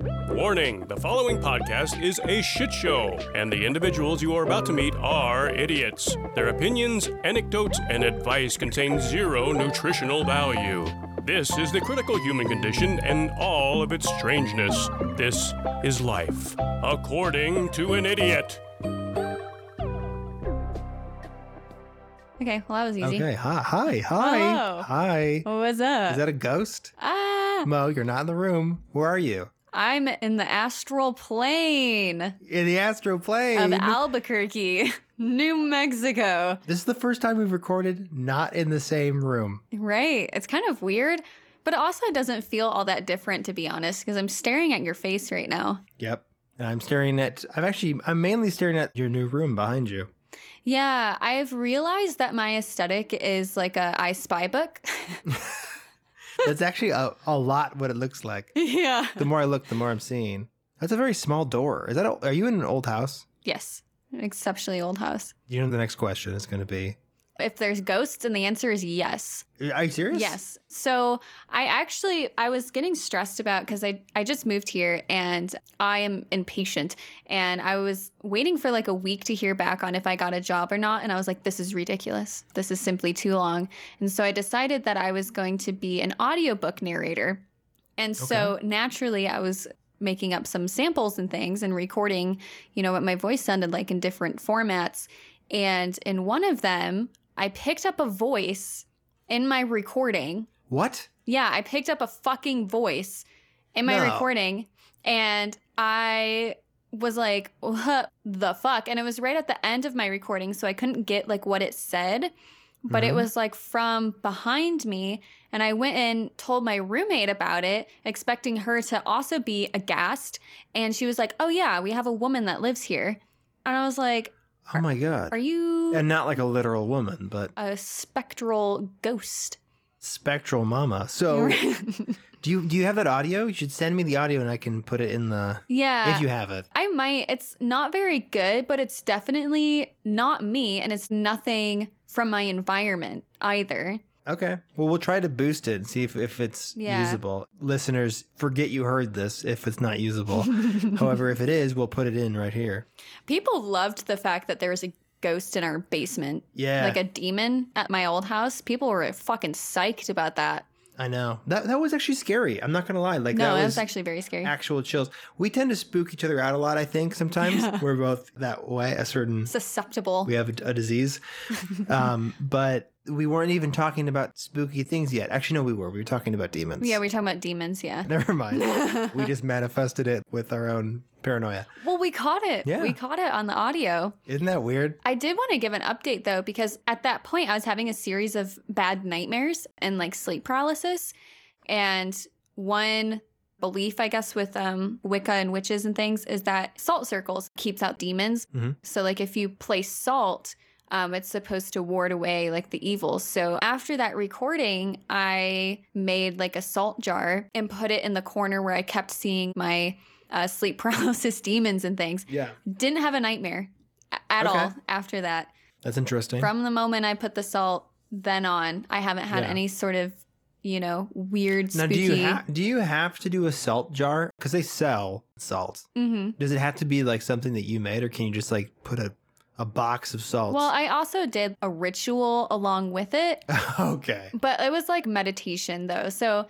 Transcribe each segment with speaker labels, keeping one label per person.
Speaker 1: Warning the following podcast is a shit show, and the individuals you are about to meet are idiots. Their opinions, anecdotes, and advice contain zero nutritional value. This is the critical human condition and all of its strangeness. This is life, according to an idiot.
Speaker 2: Okay, well that was easy.
Speaker 3: Okay. Hi. Hi. Hi.
Speaker 2: Hello.
Speaker 3: Hi.
Speaker 2: What's up?
Speaker 3: Is that a ghost?
Speaker 2: ah,
Speaker 3: Mo, you're not in the room. Where are you?
Speaker 2: I'm in the astral plane
Speaker 3: In the astral
Speaker 2: of
Speaker 3: plane.
Speaker 2: Albuquerque, New Mexico.
Speaker 3: this is the first time we've recorded not in the same room.
Speaker 2: Right. It's kind of weird, but it also doesn't feel all that different to be honest because I'm staring at your face right now.
Speaker 3: Yep. And I'm staring at. I'm actually. I'm mainly staring at your new room behind you.
Speaker 2: Yeah, I've realized that my aesthetic is like a I spy book.
Speaker 3: That's actually a, a lot what it looks like.
Speaker 2: yeah.
Speaker 3: The more I look, the more I'm seeing. That's a very small door. Is that? A, are you in an old house?
Speaker 2: Yes. An exceptionally old house.
Speaker 3: You know the next question is going to be.
Speaker 2: If there's ghosts and the answer is yes.
Speaker 3: Are you serious?
Speaker 2: Yes. So I actually I was getting stressed about because I I just moved here and I am impatient and I was waiting for like a week to hear back on if I got a job or not and I was like this is ridiculous. This is simply too long. And so I decided that I was going to be an audiobook narrator. And so naturally I was making up some samples and things and recording, you know, what my voice sounded like in different formats. And in one of them, I picked up a voice in my recording.
Speaker 3: What?
Speaker 2: Yeah, I picked up a fucking voice in my
Speaker 3: No.
Speaker 2: recording and I was like, what the fuck? And it was right at the end of my recording, so I couldn't get like what it said, but it
Speaker 3: Mhm.
Speaker 2: was like from behind me. And I went and told my roommate about it, expecting her to also be aghast. And she was like, oh yeah, we have a woman that lives here. And I was like,
Speaker 3: Oh my god.
Speaker 2: are you
Speaker 3: And not like a literal woman, but
Speaker 2: a spectral ghost?
Speaker 3: spectral mama. So. Do you do you have that audio? You should send me the audio and I can put it in the
Speaker 2: yeah.
Speaker 3: if you have it.
Speaker 2: I might. It's not very good, but it's definitely not me and it's nothing from my environment either.
Speaker 3: Okay. Well, we'll try to boost it and see if, if it's
Speaker 2: Yeah.
Speaker 3: usable. Listeners, forget you heard this if it's not usable. However, if it is, we'll put it in right here.
Speaker 2: People loved the fact that there was a ghost in our basement,
Speaker 3: Yeah.
Speaker 2: like a demon at my old house. People were fucking psyched about that.
Speaker 3: I know. That that was actually scary. I'm not going to lie. Like
Speaker 2: no,
Speaker 3: that
Speaker 2: it
Speaker 3: was
Speaker 2: was actually very scary.
Speaker 3: actual chills. We tend to spook each other out a lot, I think, sometimes.
Speaker 2: Yeah.
Speaker 3: We're both that way, a certain
Speaker 2: Susceptible.
Speaker 3: we have a, a disease. um, but we weren't even talking about spooky things yet. Actually, no, we were. We were talking about demons.
Speaker 2: Yeah, we were talking about demons. Yeah.
Speaker 3: Never mind. we just manifested it with our own paranoia.
Speaker 2: Well, we caught it.
Speaker 3: Yeah.
Speaker 2: We caught it on the audio.
Speaker 3: Isn't that weird?
Speaker 2: I did want to give an update though, because at that point I was having a series of bad nightmares and like sleep paralysis. And one belief, I guess, with um, Wicca and witches and things is that salt circles keeps out demons.
Speaker 3: Mhm.
Speaker 2: So, like, if you place salt, um, it's supposed to ward away like the evil. So after that recording, I made like a salt jar and put it in the corner where I kept seeing my uh, sleep paralysis demons and things
Speaker 3: Yeah.
Speaker 2: didn't have a nightmare a- at
Speaker 3: Okay.
Speaker 2: all after that.
Speaker 3: That's interesting.
Speaker 2: From the moment I put the salt then on, I haven't had
Speaker 3: Yeah.
Speaker 2: any sort of, you know, weird
Speaker 3: now, do
Speaker 2: spooky.
Speaker 3: you ha- do you have to do a salt jar because they sell salt?
Speaker 2: hmm
Speaker 3: Does it have to be like something that you made, or can you just like put a a box of salt?
Speaker 2: Well, I also did a ritual along with it,
Speaker 3: okay.
Speaker 2: but it was like meditation though. So,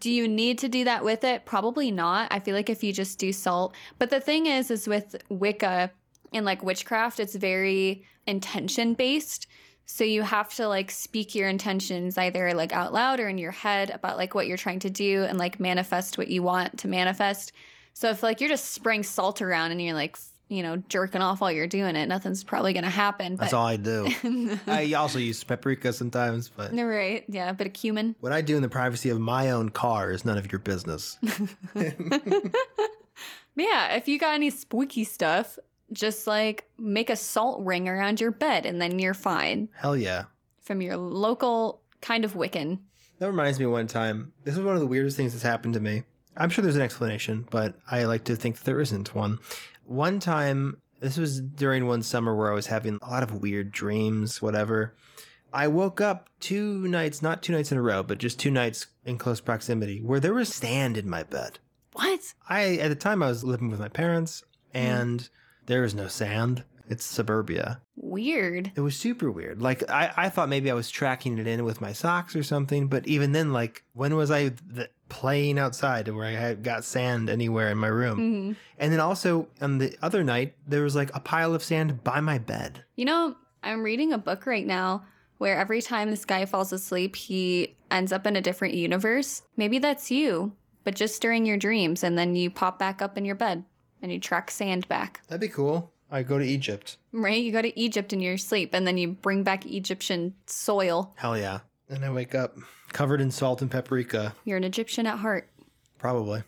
Speaker 2: do you need to do that with it? Probably not. I feel like if you just do salt, but the thing is, is with Wicca and like witchcraft, it's very intention based. So you have to like speak your intentions either like out loud or in your head about like what you're trying to do and like manifest what you want to manifest. So if like you're just spraying salt around and you're like, f- you know, jerking off while you're doing it, nothing's probably gonna happen.
Speaker 3: That's all I do. I also use paprika sometimes, but
Speaker 2: No, right. Yeah, a bit of cumin.
Speaker 3: what I do in the privacy of my own car is none of your business.
Speaker 2: But yeah, if you got any spooky stuff, just like make a salt ring around your bed and then you're fine
Speaker 3: Hell yeah.
Speaker 2: from your local kind of Wiccan.
Speaker 3: That reminds me one time. This is one of the weirdest things that's happened to me. I'm sure there's an explanation, but I like to think that there isn't one. One time, this was during one summer where I was having a lot of weird dreams, whatever. I woke up two nights, not two nights in a row, but just two nights in close proximity, where there was sand in my bed.
Speaker 2: What?
Speaker 3: I at the time I was living with my parents and there was no sand. It's suburbia.
Speaker 2: Weird.
Speaker 3: It was super weird. Like I, I thought maybe I was tracking it in with my socks or something, but even then, like when was I th- playing outside where I had got sand anywhere in my room?
Speaker 2: Mhm.
Speaker 3: And then also on the other night, there was like a pile of sand by my bed.
Speaker 2: You know, I'm reading a book right now where every time this guy falls asleep, he ends up in a different universe. Maybe that's you, but just during your dreams, and then you pop back up in your bed and you track sand back.
Speaker 3: That'd be cool. I go to Egypt.
Speaker 2: Right? You go to Egypt in your sleep, and then you bring back Egyptian soil.
Speaker 3: Hell yeah. And I wake up covered in salt and paprika,
Speaker 2: You're an Egyptian at heart.
Speaker 3: probably.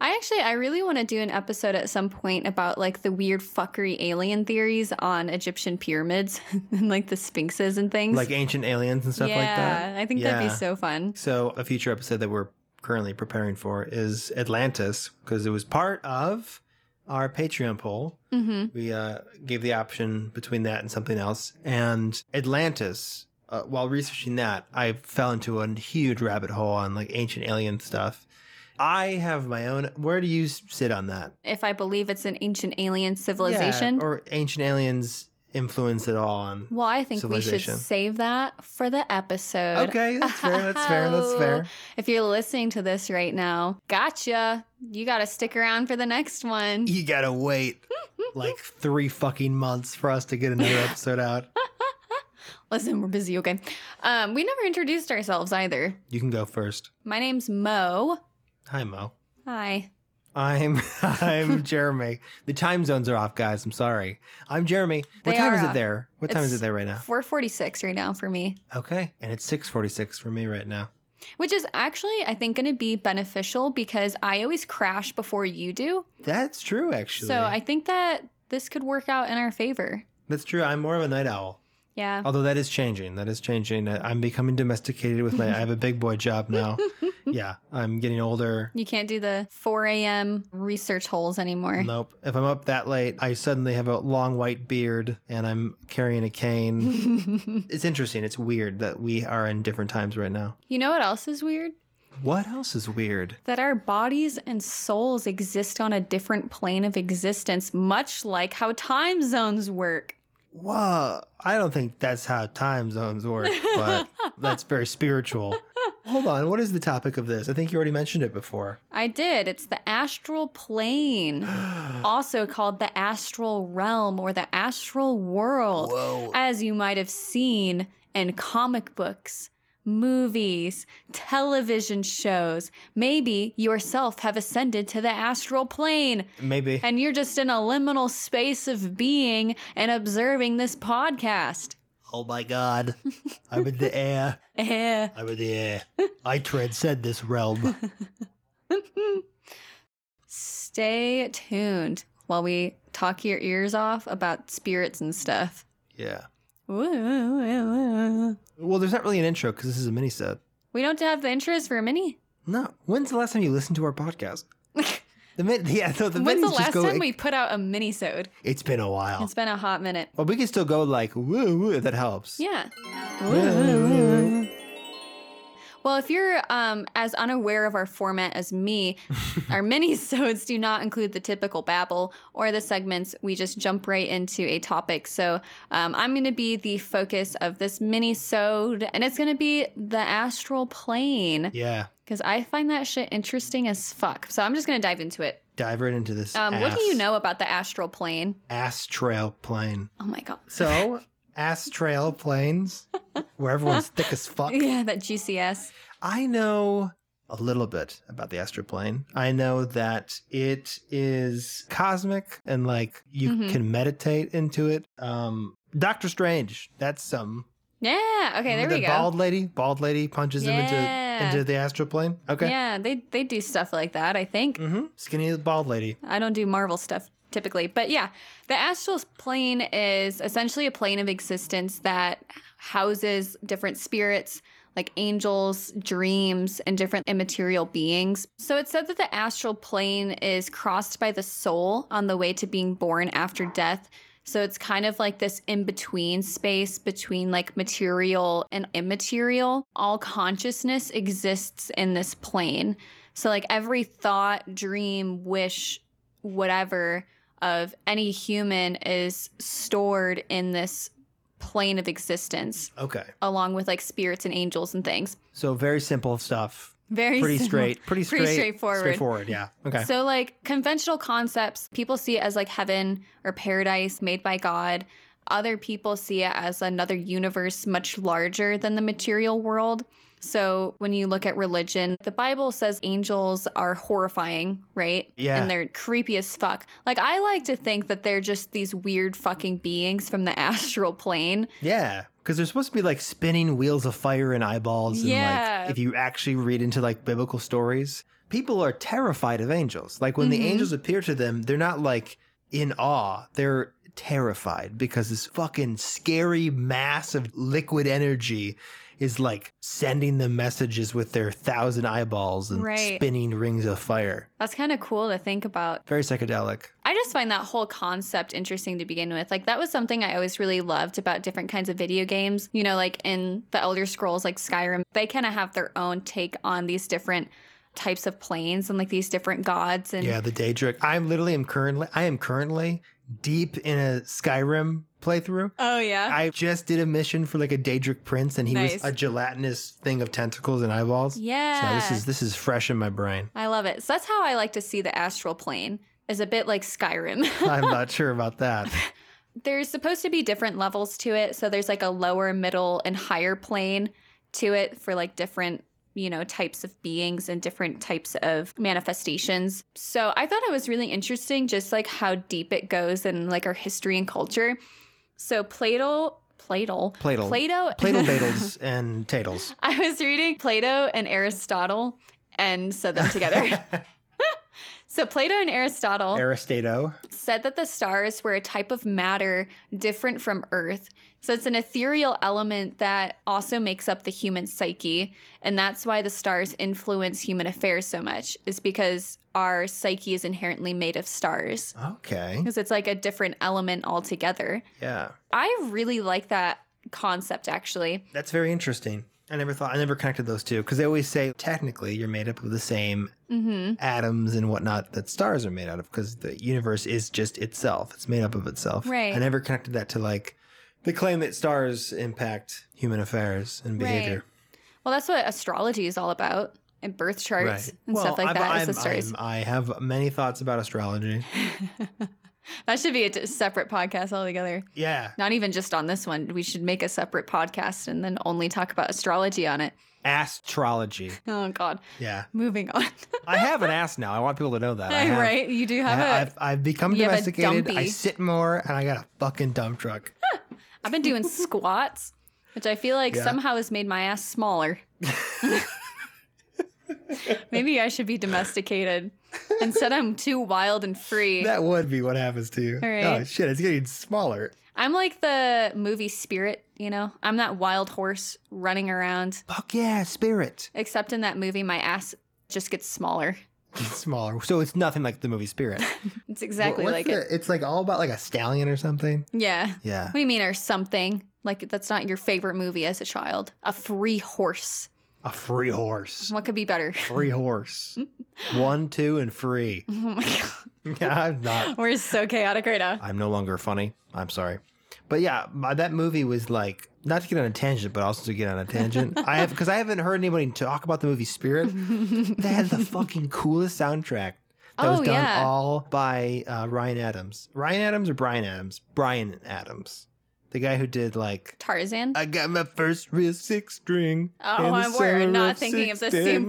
Speaker 2: I actually, I really want to do an episode at some point about like the weird fuckery alien theories on Egyptian pyramids and like the sphinxes and things.
Speaker 3: Like ancient aliens and stuff
Speaker 2: yeah,
Speaker 3: like that.
Speaker 2: I think that'd be
Speaker 3: Yeah.
Speaker 2: so fun.
Speaker 3: So, a future episode that we're currently preparing for is Atlantis, because it was part of our Patreon poll.
Speaker 2: Mm-hmm.
Speaker 3: We uh, gave the option between that and something else. And Atlantis, uh, while researching that, I fell into a huge rabbit hole on like ancient alien stuff. I have my own. Where do you s- sit on that?
Speaker 2: If I believe it's an ancient alien civilization.
Speaker 3: Yeah, or ancient aliens influence at all on.
Speaker 2: well, I think we should
Speaker 3: civilization.
Speaker 2: save that for the episode.
Speaker 3: Okay, that's fair. That's fair. That's fair.
Speaker 2: If you're listening to this right now, gotcha. You got to stick around for the next one.
Speaker 3: You gotta wait like three fucking months for us to get another episode out.
Speaker 2: Listen, we're busy, okay? Um, we never introduced ourselves either.
Speaker 3: You can go first.
Speaker 2: My name's Mo.
Speaker 3: Hi, Mo.
Speaker 2: Hi.
Speaker 3: I'm I'm Jeremy. The time zones are off, guys. I'm sorry. I'm Jeremy. What
Speaker 2: They
Speaker 3: time
Speaker 2: are
Speaker 3: is it
Speaker 2: off.
Speaker 3: there? What time is
Speaker 2: It's-
Speaker 3: it there right now?
Speaker 2: 446 right now for me,
Speaker 3: Okay, and it's six forty six for me right now.
Speaker 2: which is actually, I think, going to be beneficial because I always crash before you do.
Speaker 3: That's true, actually.
Speaker 2: So I think that this could work out in our favor.
Speaker 3: that's true. I'm more of a night owl.
Speaker 2: Yeah.
Speaker 3: Although that is changing. That is changing. I- I'm becoming domesticated with my. I have a big boy job now. yeah, I'm getting older.
Speaker 2: You can't do the 4 a.m. research holes anymore.
Speaker 3: Nope. If I'm up that late, I suddenly have a long white beard and I'm carrying a cane.
Speaker 2: you
Speaker 3: it's interesting. It's weird that we are in different times right now.
Speaker 2: know what else is weird?
Speaker 3: What else is weird?
Speaker 2: That our bodies and souls exist on a different plane of existence, much like how time zones work.
Speaker 3: Whoa. I don't think that's how time zones work, but that's very spiritual. Hold on. What is the topic of this? I think you already mentioned it before.
Speaker 2: I did. It's the astral plane. also called the astral realm or the astral world,
Speaker 3: Whoa.
Speaker 2: as you might have seen in comic books, movies, television shows. Maybe yourself have ascended to the astral plane
Speaker 3: Maybe.
Speaker 2: and you're just in a liminal space of being and observing this podcast.
Speaker 3: Oh my God. I'm in the air.
Speaker 2: Eh.
Speaker 3: I'm in the air. I transcend this realm.
Speaker 2: Stay tuned while we talk your ears off about spirits and stuff.
Speaker 3: Yeah.
Speaker 2: Ooh.
Speaker 3: Well, there's not really an intro because this is a mini set.
Speaker 2: We don't have the intros for a mini.
Speaker 3: No. When's the last time you listened to our podcast? The min- yeah, so the
Speaker 2: When's the
Speaker 3: minis just
Speaker 2: last
Speaker 3: go, Oh.
Speaker 2: time we put out a minisode?
Speaker 3: It's been a while.
Speaker 2: It's been a hot minute.
Speaker 3: Well, we can still go like woo woo. if That helps.
Speaker 2: Yeah.
Speaker 3: Woo.
Speaker 2: Well, if you're um, as unaware of our format as me, our minisodes do not include the typical babble or the segments. We just jump right into a topic. So um, I'm going to be the focus of this minisode, and it's going to be the astral plane
Speaker 3: Yeah.
Speaker 2: because I find that shit interesting as fuck. So I'm just going to dive into it.
Speaker 3: Dive right into this.
Speaker 2: Um, What do you
Speaker 3: ass-
Speaker 2: know about the astral plane?
Speaker 3: Astral plane.
Speaker 2: Oh my god.
Speaker 3: So astral planes, where everyone's thick as fuck.
Speaker 2: Yeah, that GCS.
Speaker 3: I know a little bit about the astral plane. I know that it is cosmic and like you
Speaker 2: Mhm.
Speaker 3: can meditate into it. Um, Doctor Strange. That's some.
Speaker 2: Yeah. Okay. There
Speaker 3: the
Speaker 2: we go.
Speaker 3: Bald lady. Bald lady punches him
Speaker 2: Yeah.
Speaker 3: into into the astral plane. Okay.
Speaker 2: Yeah, they they do stuff like that. I think
Speaker 3: Mm-hmm. Skinny bald lady.
Speaker 2: I don't do Marvel stuff typically, but yeah, the astral plane is essentially a plane of existence that houses different spirits. Like angels, dreams, and different immaterial beings. So it's said that the astral plane is crossed by the soul on the way to being born after death. So it's kind of like this in between space between like material and immaterial. All consciousness exists in this plane. So like every thought, dream, wish, whatever of any human is stored in this plane of existence
Speaker 3: Okay.
Speaker 2: along with like spirits and angels and things.
Speaker 3: So very simple stuff.
Speaker 2: Very
Speaker 3: Pretty
Speaker 2: simple.
Speaker 3: straight. Pretty straight.
Speaker 2: Pretty straightforward.
Speaker 3: Straightforward. Yeah. Okay.
Speaker 2: So, like conventional concepts, people see it as like heaven or paradise made by God. Other people see it as another universe much larger than the material world. So, when you look at religion, the Bible says angels are horrifying, right?
Speaker 3: Yeah.
Speaker 2: And they're creepy as fuck. Like, I like to think that they're just these weird fucking beings from the astral plane.
Speaker 3: yeah. Because they're supposed to be like spinning wheels of fire and eyeballs. And
Speaker 2: Yeah.
Speaker 3: like, if you actually read into like biblical stories, people are terrified of angels. Like when the
Speaker 2: Mhm.
Speaker 3: angels appear to them, they're not like in awe. They're terrified because this fucking scary mass of liquid energy is like sending them messages with their thousand eyeballs and
Speaker 2: Right.
Speaker 3: spinning rings of fire.
Speaker 2: That's kind of cool to think about.
Speaker 3: Very psychedelic.
Speaker 2: I just find that whole concept interesting to begin with. Like that was something I always really loved about different kinds of video games. You know, like in the Elder Scrolls, like Skyrim, they kind of have their own take on these different types of planes and like these different gods and
Speaker 3: Yeah, the Daedric. I'm literally am currently I am currently deep in a Skyrim playthrough.
Speaker 2: Oh yeah.
Speaker 3: I just did a mission for like a Daedric prince and he was
Speaker 2: Nice.
Speaker 3: a gelatinous thing of tentacles and eyeballs. So
Speaker 2: yeah.
Speaker 3: this is this is fresh in my brain.
Speaker 2: I love it. So that's how I like to see the astral plane. Is a bit like Skyrim.
Speaker 3: I'm not sure about that.
Speaker 2: there's supposed to be different levels to it. So there's like a lower, middle, and higher plane to it for like different, you know, types of beings and different types of manifestations. So I thought it was really interesting just like how deep it goes and like our history and culture. So Plato, Plato,
Speaker 3: Plato.
Speaker 2: Plato,
Speaker 3: Plato Badals and Tatles.
Speaker 2: I was reading Plato and Aristotle and said them together. so Plato and Aristotle
Speaker 3: Aristato.
Speaker 2: said that the stars were a type of matter different from Earth. So it's an ethereal element that also makes up the human psyche. And that's why the stars influence human affairs so much, is because our psyche is inherently made of stars,
Speaker 3: Okay.
Speaker 2: because it's like a different element altogether.
Speaker 3: Yeah.
Speaker 2: I really like that concept, actually.
Speaker 3: That's very interesting. I never thought I never connected those two because they always say technically you're made up of the same
Speaker 2: hmm
Speaker 3: atoms and whatnot that stars are made out of because the universe is just itself. It's made up of itself.
Speaker 2: Right.
Speaker 3: I never connected that to like the claim that stars impact human affairs and
Speaker 2: Right.
Speaker 3: behavior.
Speaker 2: Well, that's what astrology is all about. And birth charts and
Speaker 3: Well,
Speaker 2: stuff like
Speaker 3: I'm-
Speaker 2: that is
Speaker 3: I'm-
Speaker 2: the stars.
Speaker 3: I'm- i have many thoughts about astrology.
Speaker 2: that should be a d- separate podcast altogether.
Speaker 3: Yeah.
Speaker 2: Not even just on this one. We should make a separate podcast and then only talk about astrology on it.
Speaker 3: Astrology.
Speaker 2: Oh God.
Speaker 3: Yeah.
Speaker 2: Moving on.
Speaker 3: I have an ass now. I want people to know that. I have,
Speaker 2: right? You do
Speaker 3: I
Speaker 2: have
Speaker 3: ha-
Speaker 2: a.
Speaker 3: I've, I've become
Speaker 2: you have a
Speaker 3: domesticated. I
Speaker 2: dumpy.
Speaker 3: sit more and I got a fucking dump truck.
Speaker 2: I've been doing squats, which I feel like
Speaker 3: Yeah.
Speaker 2: somehow has made my ass smaller. Maybe I should be domesticated. Instead, I'm too wild and free.
Speaker 3: That would be what happens to you.
Speaker 2: All right.
Speaker 3: Oh, shit. It's getting smaller.
Speaker 2: I'm like the movie Spirit, you know? I'm that wild horse running around.
Speaker 3: Fuck yeah, spirit.
Speaker 2: Except in that movie, my ass just gets smaller.
Speaker 3: It's smaller. So it's nothing like the movie Spirit.
Speaker 2: It's exactly
Speaker 3: What's
Speaker 2: like
Speaker 3: the-
Speaker 2: it.
Speaker 3: It's like all about like a stallion or something.
Speaker 2: Yeah.
Speaker 3: Yeah.
Speaker 2: What do you mean, or something? Like, that's not your favorite movie as a child. A free horse.
Speaker 3: A free horse.
Speaker 2: What could be better?
Speaker 3: Free horse. One, two, and free.
Speaker 2: Oh my God.
Speaker 3: Yeah, I'm not.
Speaker 2: We're so chaotic right now.
Speaker 3: I'm no longer funny. I'm sorry. But yeah, my, that movie was like not to get on a tangent, but also to get on a tangent. I have because I haven't heard anybody talk about the movie Spirit. They had the fucking coolest soundtrack. That was
Speaker 2: Oh,
Speaker 3: done
Speaker 2: yeah.
Speaker 3: all by uh, Ryan Adams. Ryan Adams or Brian Adams? Brian Adams, the guy who did like
Speaker 2: Tarzan?
Speaker 3: I got my first real six string.
Speaker 2: oh,
Speaker 3: in the
Speaker 2: I'm, we're
Speaker 3: summer
Speaker 2: not thinking of the same
Speaker 3: 69.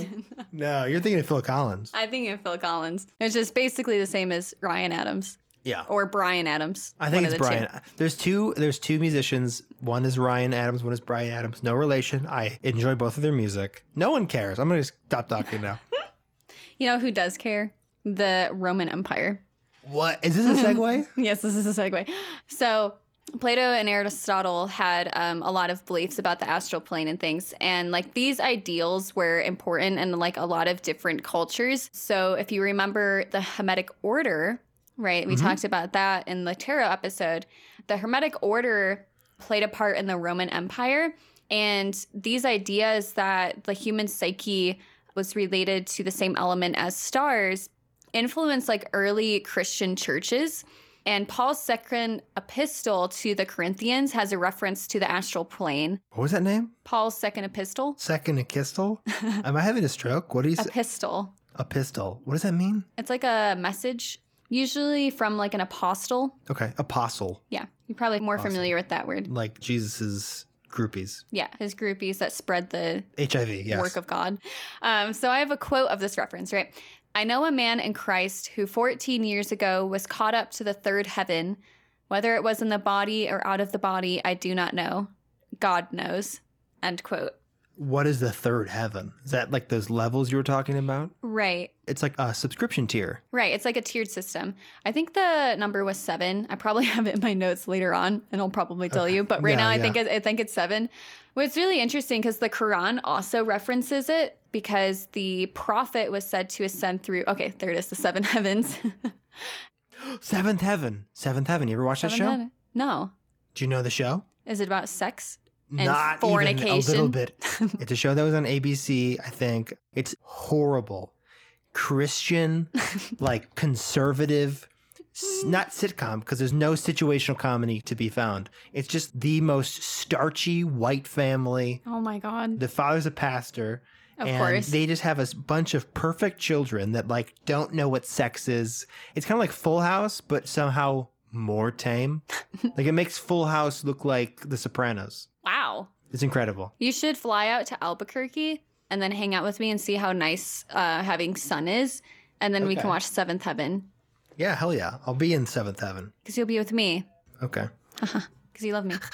Speaker 2: person.
Speaker 3: No, you're thinking of Phil Collins.
Speaker 2: I think of Phil Collins, which is basically the same as Ryan Adams
Speaker 3: Yeah.
Speaker 2: or Brian Adams.
Speaker 3: I
Speaker 2: one
Speaker 3: think it's
Speaker 2: of the two.
Speaker 3: Brian. There's two there's two musicians. One is Ryan Adams, one is Brian Adams. No relation. I enjoy both of their music. No one cares. I'm gonna just stop talking now.
Speaker 2: You know who does care? The Roman Empire.
Speaker 3: what is this a segue?
Speaker 2: Yes, this is a segue. So, Plato and Aristotle had um, a lot of beliefs about the astral plane and things. And like these ideals were important in like a lot of different cultures. So, if you remember the Hermetic Order, right? We
Speaker 3: Mhm.
Speaker 2: talked about that in the Tarot episode. The Hermetic Order played a part in the Roman Empire. And these ideas that the human psyche was related to the same element as stars influenced like early Christian churches. And Paul's second epistle to the Corinthians has a reference to the astral plane.
Speaker 3: What was that name?
Speaker 2: Paul's second epistle?
Speaker 3: Second epistle? Am I having a stroke? What do you say?
Speaker 2: Epistle.
Speaker 3: Epistle. What does that mean?
Speaker 2: It's like a message, usually from like an apostle.
Speaker 3: Okay, apostle,
Speaker 2: Yeah, you're probably more
Speaker 3: Apostle.
Speaker 2: familiar with that word.
Speaker 3: like Jesus's groupies.
Speaker 2: Yeah, his groupies that spread the
Speaker 3: HIV, yes.
Speaker 2: work of God. Um, so I have a quote of this reference, right? I know a man in Christ who 14 years ago was caught up to the third heaven. Whether it was in the body or out of the body, I do not know. God knows. End quote.
Speaker 3: what is the third heaven? Is that like those levels you were talking about?
Speaker 2: Right.
Speaker 3: It's like a subscription tier.
Speaker 2: Right. It's like a tiered system. I think the number was seven. I probably have it in my notes later on and I'll probably tell you. But right
Speaker 3: Yeah,
Speaker 2: now, I
Speaker 3: yeah.
Speaker 2: think it- I think it's seven. Well, it's really interesting because the Quran also references it because the prophet was said to ascend through. Okay, there it is, the seven heavens.
Speaker 3: Seventh heaven. Seventh heaven. You ever watch that
Speaker 2: Seven
Speaker 3: show?
Speaker 2: heaven- No.
Speaker 3: Do you know the show?
Speaker 2: Is it about sex? And
Speaker 3: Not even a little
Speaker 2: fornication.
Speaker 3: bit. It's a show that was on ABC, I think. It's horrible. Christian, like conservative, s- not sitcom, because there's no situational comedy to be found. It's just the most starchy white family.
Speaker 2: Oh my God.
Speaker 3: The father's a pastor.
Speaker 2: Of
Speaker 3: and
Speaker 2: course.
Speaker 3: they just have a s- bunch of perfect children that like don't know what sex is. It's kind of like Full House, but somehow more tame. like it makes Full House look like The Sopranos.
Speaker 2: wow.
Speaker 3: It's incredible.
Speaker 2: You should fly out to Albuquerque and then hang out with me and see how nice uh, having sun is. And then we can
Speaker 3: Okay.
Speaker 2: watch Seventh Heaven
Speaker 3: Yeah, hell yeah. I'll be in Seventh Heaven.
Speaker 2: because you'll be with me.
Speaker 3: Okay.
Speaker 2: because you love me.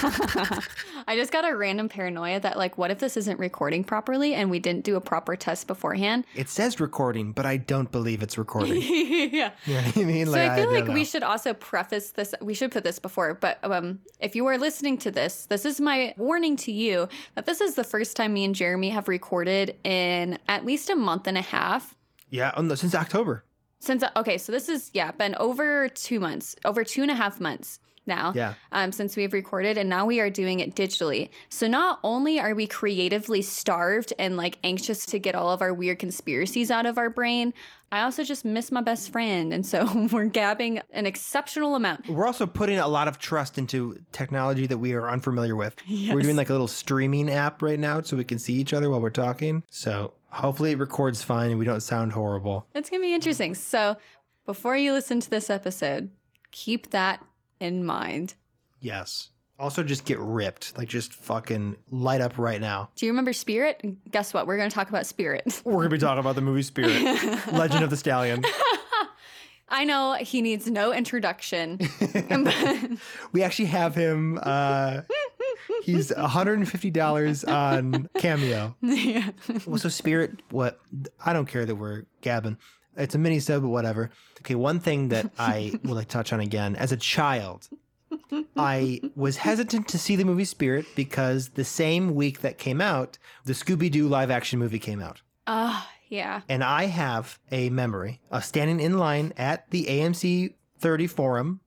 Speaker 2: I just got a random paranoia that, like, what if this isn't recording properly and we didn't do a proper test beforehand?
Speaker 3: It says recording, but I don't believe it's recording.
Speaker 2: yeah.
Speaker 3: you know what I mean?
Speaker 2: So I feel like
Speaker 3: don't
Speaker 2: we
Speaker 3: know.
Speaker 2: should also preface this. We should put this before, but um, if you are listening to this, this is my warning to you that this is the first time me and Jeremy have recorded in at least a month and a half.
Speaker 3: Yeah, oh no, since October.
Speaker 2: Since uh, okay, so this is yeah, been over two months, over two and a half months now.
Speaker 3: Yeah.
Speaker 2: um, since we've recorded, and now we are doing it digitally. So not only are we creatively starved and like anxious to get all of our weird conspiracies out of our brain, I also just miss my best friend, and so we're gabbing an exceptional amount.
Speaker 3: We're also putting a lot of trust into technology that we are unfamiliar with. We're
Speaker 2: Yes.
Speaker 3: doing like a little streaming app right now so we can see each other while we're talking. So hopefully it records fine and we don't sound horrible.
Speaker 2: It's gonna be interesting. So before you listen to this episode, keep that in mind.
Speaker 3: Yes. Also, just get ripped. Like, just fucking light up right now.
Speaker 2: Do you remember Spirit? Guess what? We're gonna talk about Spirit.
Speaker 3: We're going to be talking about the movie Spirit Legend of the Stallion.
Speaker 2: I know he needs no introduction.
Speaker 3: We actually have him. Uh, he's $150 on Cameo.
Speaker 2: yeah.
Speaker 3: Well, so Spirit, what? I don't care that we're gabbing. It's a mini sub, but whatever. Okay, one thing that I will like touch on again as a child, I was hesitant to see the movie Spirit because the same week that came out, the Scooby Doo live action movie came out.
Speaker 2: Oh, yeah.
Speaker 3: And I have a memory of standing in line at the AMC 30 forum.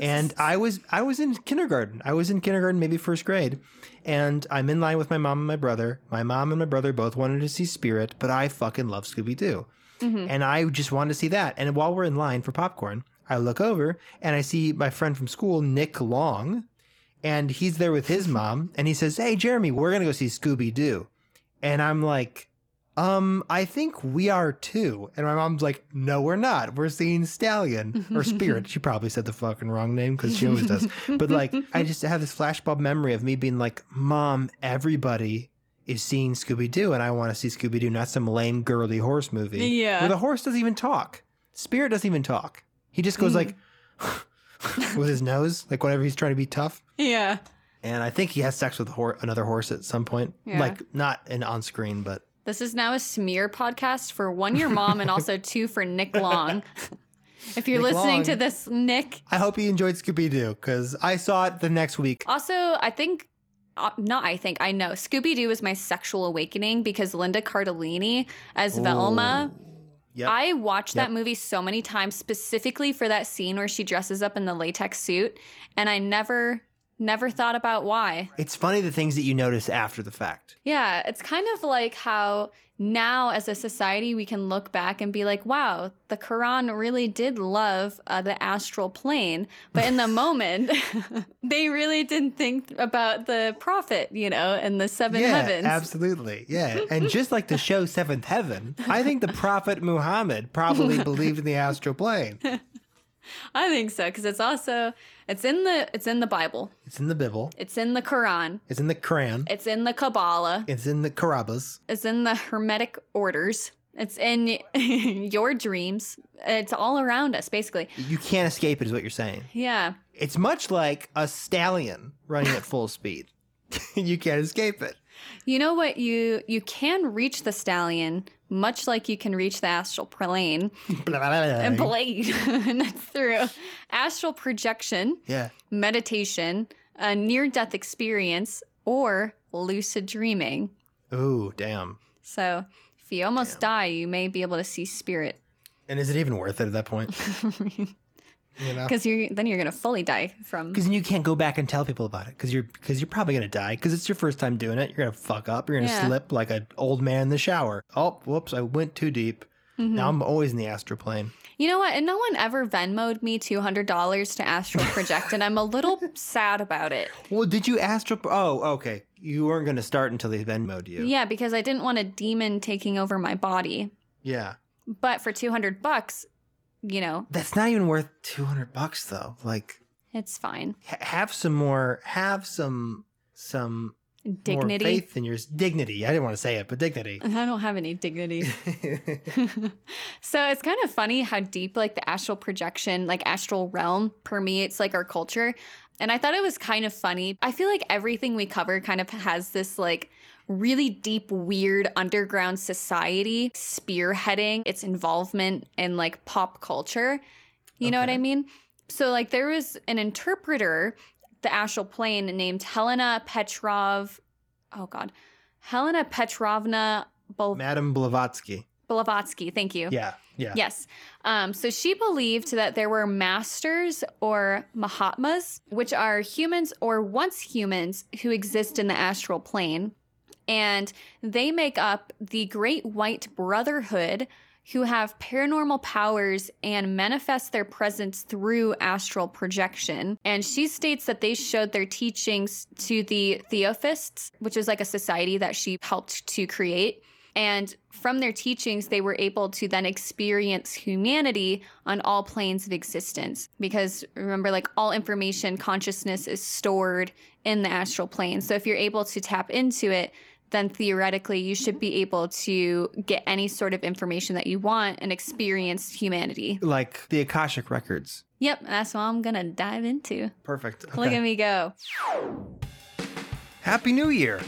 Speaker 3: and I was I was in kindergarten. I was in kindergarten, maybe first grade. And I'm in line with my mom and my brother. My mom and my brother both wanted to see Spirit, but I fucking love Scooby Doo. And I just wanted to see that. And while we're in line for popcorn, I look over and I see my friend from school, Nick Long, and he's there with his mom. And he says, Hey, Jeremy, we're going to go see Scooby Doo. And I'm like, um, I think we are too. And my mom's like, no, we're not. We're seeing Stallion or Spirit. she probably said the fucking wrong name because she always does. But like, I just have this flashbulb memory of me being like, Mom, everybody is seeing Scooby Doo, and I want to see Scooby Doo, not some lame girly horse movie.
Speaker 2: Yeah.
Speaker 3: Where the horse doesn't even talk. Spirit doesn't even talk. He just goes like with his nose, like whenever he's trying to be tough.
Speaker 2: Yeah.
Speaker 3: And I think he has sex with a hor- another horse at some point.
Speaker 2: Yeah.
Speaker 3: Like, not an on screen, but
Speaker 2: This is now a smear podcast for one, your mom, and also two, for Nick Long. If you're
Speaker 3: Nick
Speaker 2: listening
Speaker 3: Long.
Speaker 2: to this, Nick.
Speaker 3: I hope you enjoyed Scooby Doo because I saw it the next week.
Speaker 2: Also, I think, uh, not I think, I know Scooby Doo was my sexual awakening because Linda Cardellini as Velma.
Speaker 3: Yep.
Speaker 2: I watched
Speaker 3: Yep.
Speaker 2: that movie so many times specifically for that scene where she dresses up in the latex suit, and I never Never thought about why.
Speaker 3: It's funny the things that you notice after the fact.
Speaker 2: Yeah, it's kind of like how now as a society we can look back and be like, wow, the Quran really did love uh, the astral plane, but in the moment they really didn't think about the prophet, you know, and the seven
Speaker 3: yeah,
Speaker 2: heavens.
Speaker 3: absolutely. Yeah. And just like the show Seventh Heaven, I think the Prophet Muhammad probably believed in the astral plane.
Speaker 2: I think so because it's also it's in the it's in the Bible,
Speaker 3: It's in the Bible.
Speaker 2: it's in the Quran,
Speaker 3: It's in the Quran.
Speaker 2: it's in the Kabbalah,
Speaker 3: It's in the Karabas.
Speaker 2: it's in the Hermetic orders. It's in your dreams. It's all around us, basically.
Speaker 3: You can't escape it, is what you're saying.
Speaker 2: Yeah.
Speaker 3: It's much like a stallion running at full speed. you can't escape it.
Speaker 2: You know what? You you can reach the stallion, much like you can reach the astral plane
Speaker 3: Blah, blah, blah,
Speaker 2: and
Speaker 3: blah.
Speaker 2: blade. and that's through astral projection,
Speaker 3: yeah.
Speaker 2: meditation, a near-death experience, or lucid dreaming.
Speaker 3: Ooh, damn.
Speaker 2: So if you almost die, you may be able to see spirit
Speaker 3: And is it even worth it at that point? You know?
Speaker 2: because you then you're gonna fully die from.
Speaker 3: Because you can't go back and tell people about it because you're because you're probably gonna die because it's your first time doing it. You're gonna fuck up. You're gonna
Speaker 2: Yeah.
Speaker 3: slip like an old man in the shower. Oh, whoops! I went too deep.
Speaker 2: Mm-hmm.
Speaker 3: Now I'm always in the astral plane.
Speaker 2: You know what? And no one ever Venmoed me two hundred dollars to astral project, and I'm a little sad about it.
Speaker 3: Well, did you astral? Oh, okay. You weren't gonna start until they Venmoed you.
Speaker 2: Yeah, because I didn't want a demon taking over my body.
Speaker 3: Yeah.
Speaker 2: But for 200 bucks, you know,
Speaker 3: That's not even worth two hundred bucks though. Like,
Speaker 2: it's fine.
Speaker 3: ha- have some more. Have some some
Speaker 2: Dignity.
Speaker 3: more faith in your dignity. I didn't want to say it, but dignity.
Speaker 2: I don't have any dignity. so it's kind of funny how deep like the astral projection, like astral realm permeates like our culture. And I thought it was kind of funny. I feel like everything we cover kind of has this like really deep, weird underground society spearheading its involvement in like pop culture. You know what
Speaker 3: Okay.
Speaker 2: I mean? So like there was an interpreter, the astral plane named Helena Petrov. Oh God, Helena Petrovna Bol-
Speaker 3: Madame Blavatsky.
Speaker 2: Blavatsky. Thank you.
Speaker 3: Yeah. Yeah.
Speaker 2: Yes. Um, so she believed that there were masters or Mahatmas, which are humans or once humans who exist in the astral plane. And they make up the Great White Brotherhood, who have paranormal powers and manifest their presence through astral projection. And she states that they showed their teachings to the Theophists, which is like a society that she helped to create. And from their teachings, they were able to then experience humanity on all planes of existence. Because remember, like all information, consciousness is stored in the astral plane. So if you're able to tap into it, then theoretically you should be able to get any sort of information that you want and experience humanity.
Speaker 3: Like the Akashic records.
Speaker 2: Yep, that's what I'm gonna dive into.
Speaker 3: Perfect.
Speaker 2: Look
Speaker 3: Okay.
Speaker 2: at me go.
Speaker 3: Happy New Year!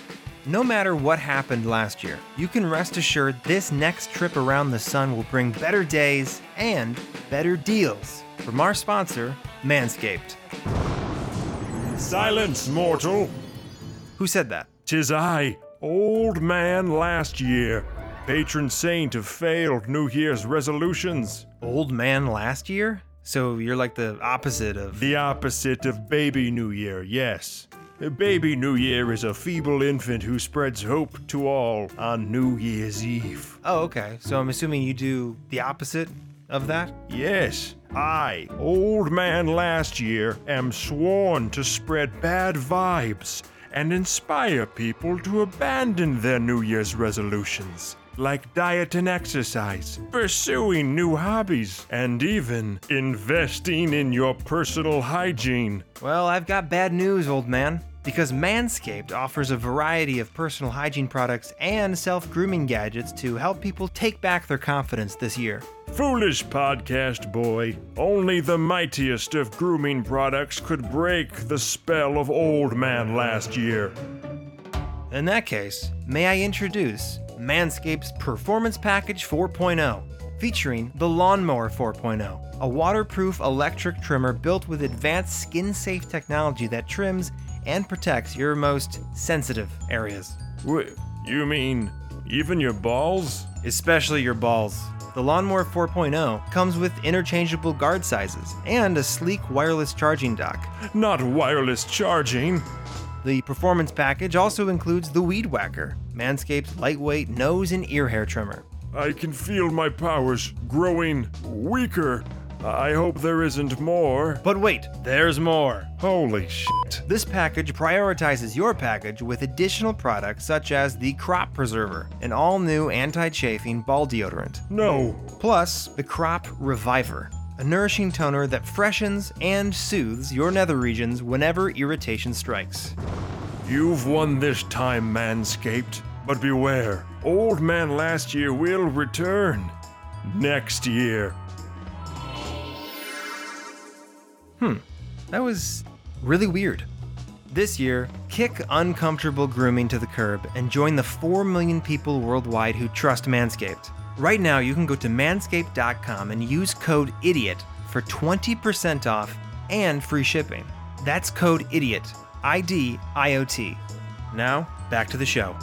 Speaker 3: No matter what happened last year, you can rest assured this next trip around the sun will bring better days and better deals from our sponsor, Manscaped.
Speaker 4: Silence, mortal.
Speaker 3: Who said that?
Speaker 4: Tis I, old man last year, patron saint of failed New Year's resolutions,
Speaker 3: Old man last year? So you're like the opposite of.
Speaker 4: the opposite of baby New Year, yes. A Baby New Year is a feeble infant who spreads hope to all on New Year's Eve.
Speaker 3: Oh, okay. So I'm assuming you do the opposite of that?
Speaker 4: Yes, I, old man last year, am sworn to spread bad vibes and inspire people to abandon their New Year's resolutions, like diet and exercise, pursuing new hobbies, and even investing in your personal hygiene.
Speaker 3: Well, I've got bad news, old man. Because Manscaped offers a variety of personal hygiene products and self grooming gadgets to help people take back their confidence this year.
Speaker 4: Foolish podcast boy, only the mightiest of grooming products could break the spell of old man last year.
Speaker 3: In that case, may I introduce Manscaped's Performance Package 4.0, featuring the Lawnmower 4.0, a waterproof electric trimmer built with advanced skin safe technology that trims and protects your most sensitive areas,
Speaker 4: Wh- you mean even your balls?
Speaker 3: especially your balls. The Lawnmower 4.0 comes with interchangeable guard sizes and a sleek wireless charging dock.
Speaker 4: Not wireless charging.
Speaker 3: The performance package also includes the Weed Whacker, Manscaped's lightweight nose and ear hair trimmer.
Speaker 4: I can feel my powers growing weaker. I hope there isn't more.
Speaker 3: But wait, there's more.
Speaker 4: Holy shit.
Speaker 3: This package prioritizes your package with additional products such as the Crop Preserver, an all new anti chafing ball deodorant,
Speaker 4: No.
Speaker 3: plus the Crop Reviver, a nourishing toner that freshens and soothes your nether regions whenever irritation strikes.
Speaker 4: You've won this time, Manscaped. But beware, Old Man Last Year will return. Next year.
Speaker 3: That was really weird. This year, kick uncomfortable grooming to the curb and join the 4 million people worldwide who trust Manscaped. Right now, you can go to manscaped.com and use code IDIOT for 20% off and free shipping. That's code IDIOT, I D I O T. Now, back to the show.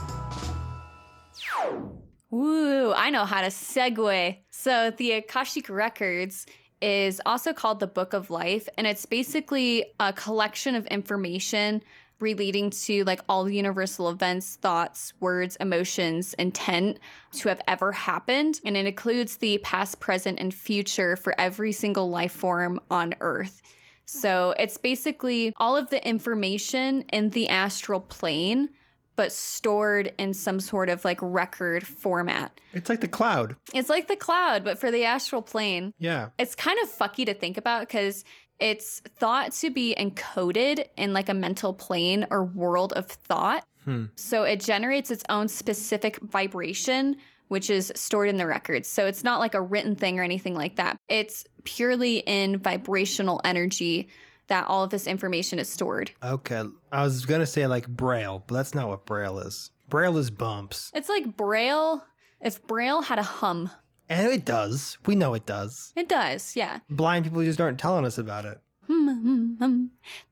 Speaker 2: Woo, I know how to segue. So, the Akashic Records is also called the Book of Life, and it's basically a collection of information relating to like all the universal events, thoughts, words, emotions, intent to have ever happened. And it includes the past, present, and future for every single life form on Earth. So, it's basically all of the information in the astral plane. But stored in some sort of like record format.
Speaker 3: It's like the cloud.
Speaker 2: It's like the cloud, but for the astral plane.
Speaker 3: Yeah.
Speaker 2: It's kind of fucky to think about because it's thought to be encoded in like a mental plane or world of thought.
Speaker 3: Hmm.
Speaker 2: So it generates its own specific vibration, which is stored in the records. So it's not like a written thing or anything like that. It's purely in vibrational energy that all of this information is stored.
Speaker 3: Okay. I was going to say like Braille, but that's not what Braille is. Braille is bumps.
Speaker 2: It's like Braille. If Braille had a hum,
Speaker 3: And it does. We know it does.
Speaker 2: it does. Yeah.
Speaker 3: blind people just aren't telling us about it.
Speaker 2: Hmm, hmm, hmm.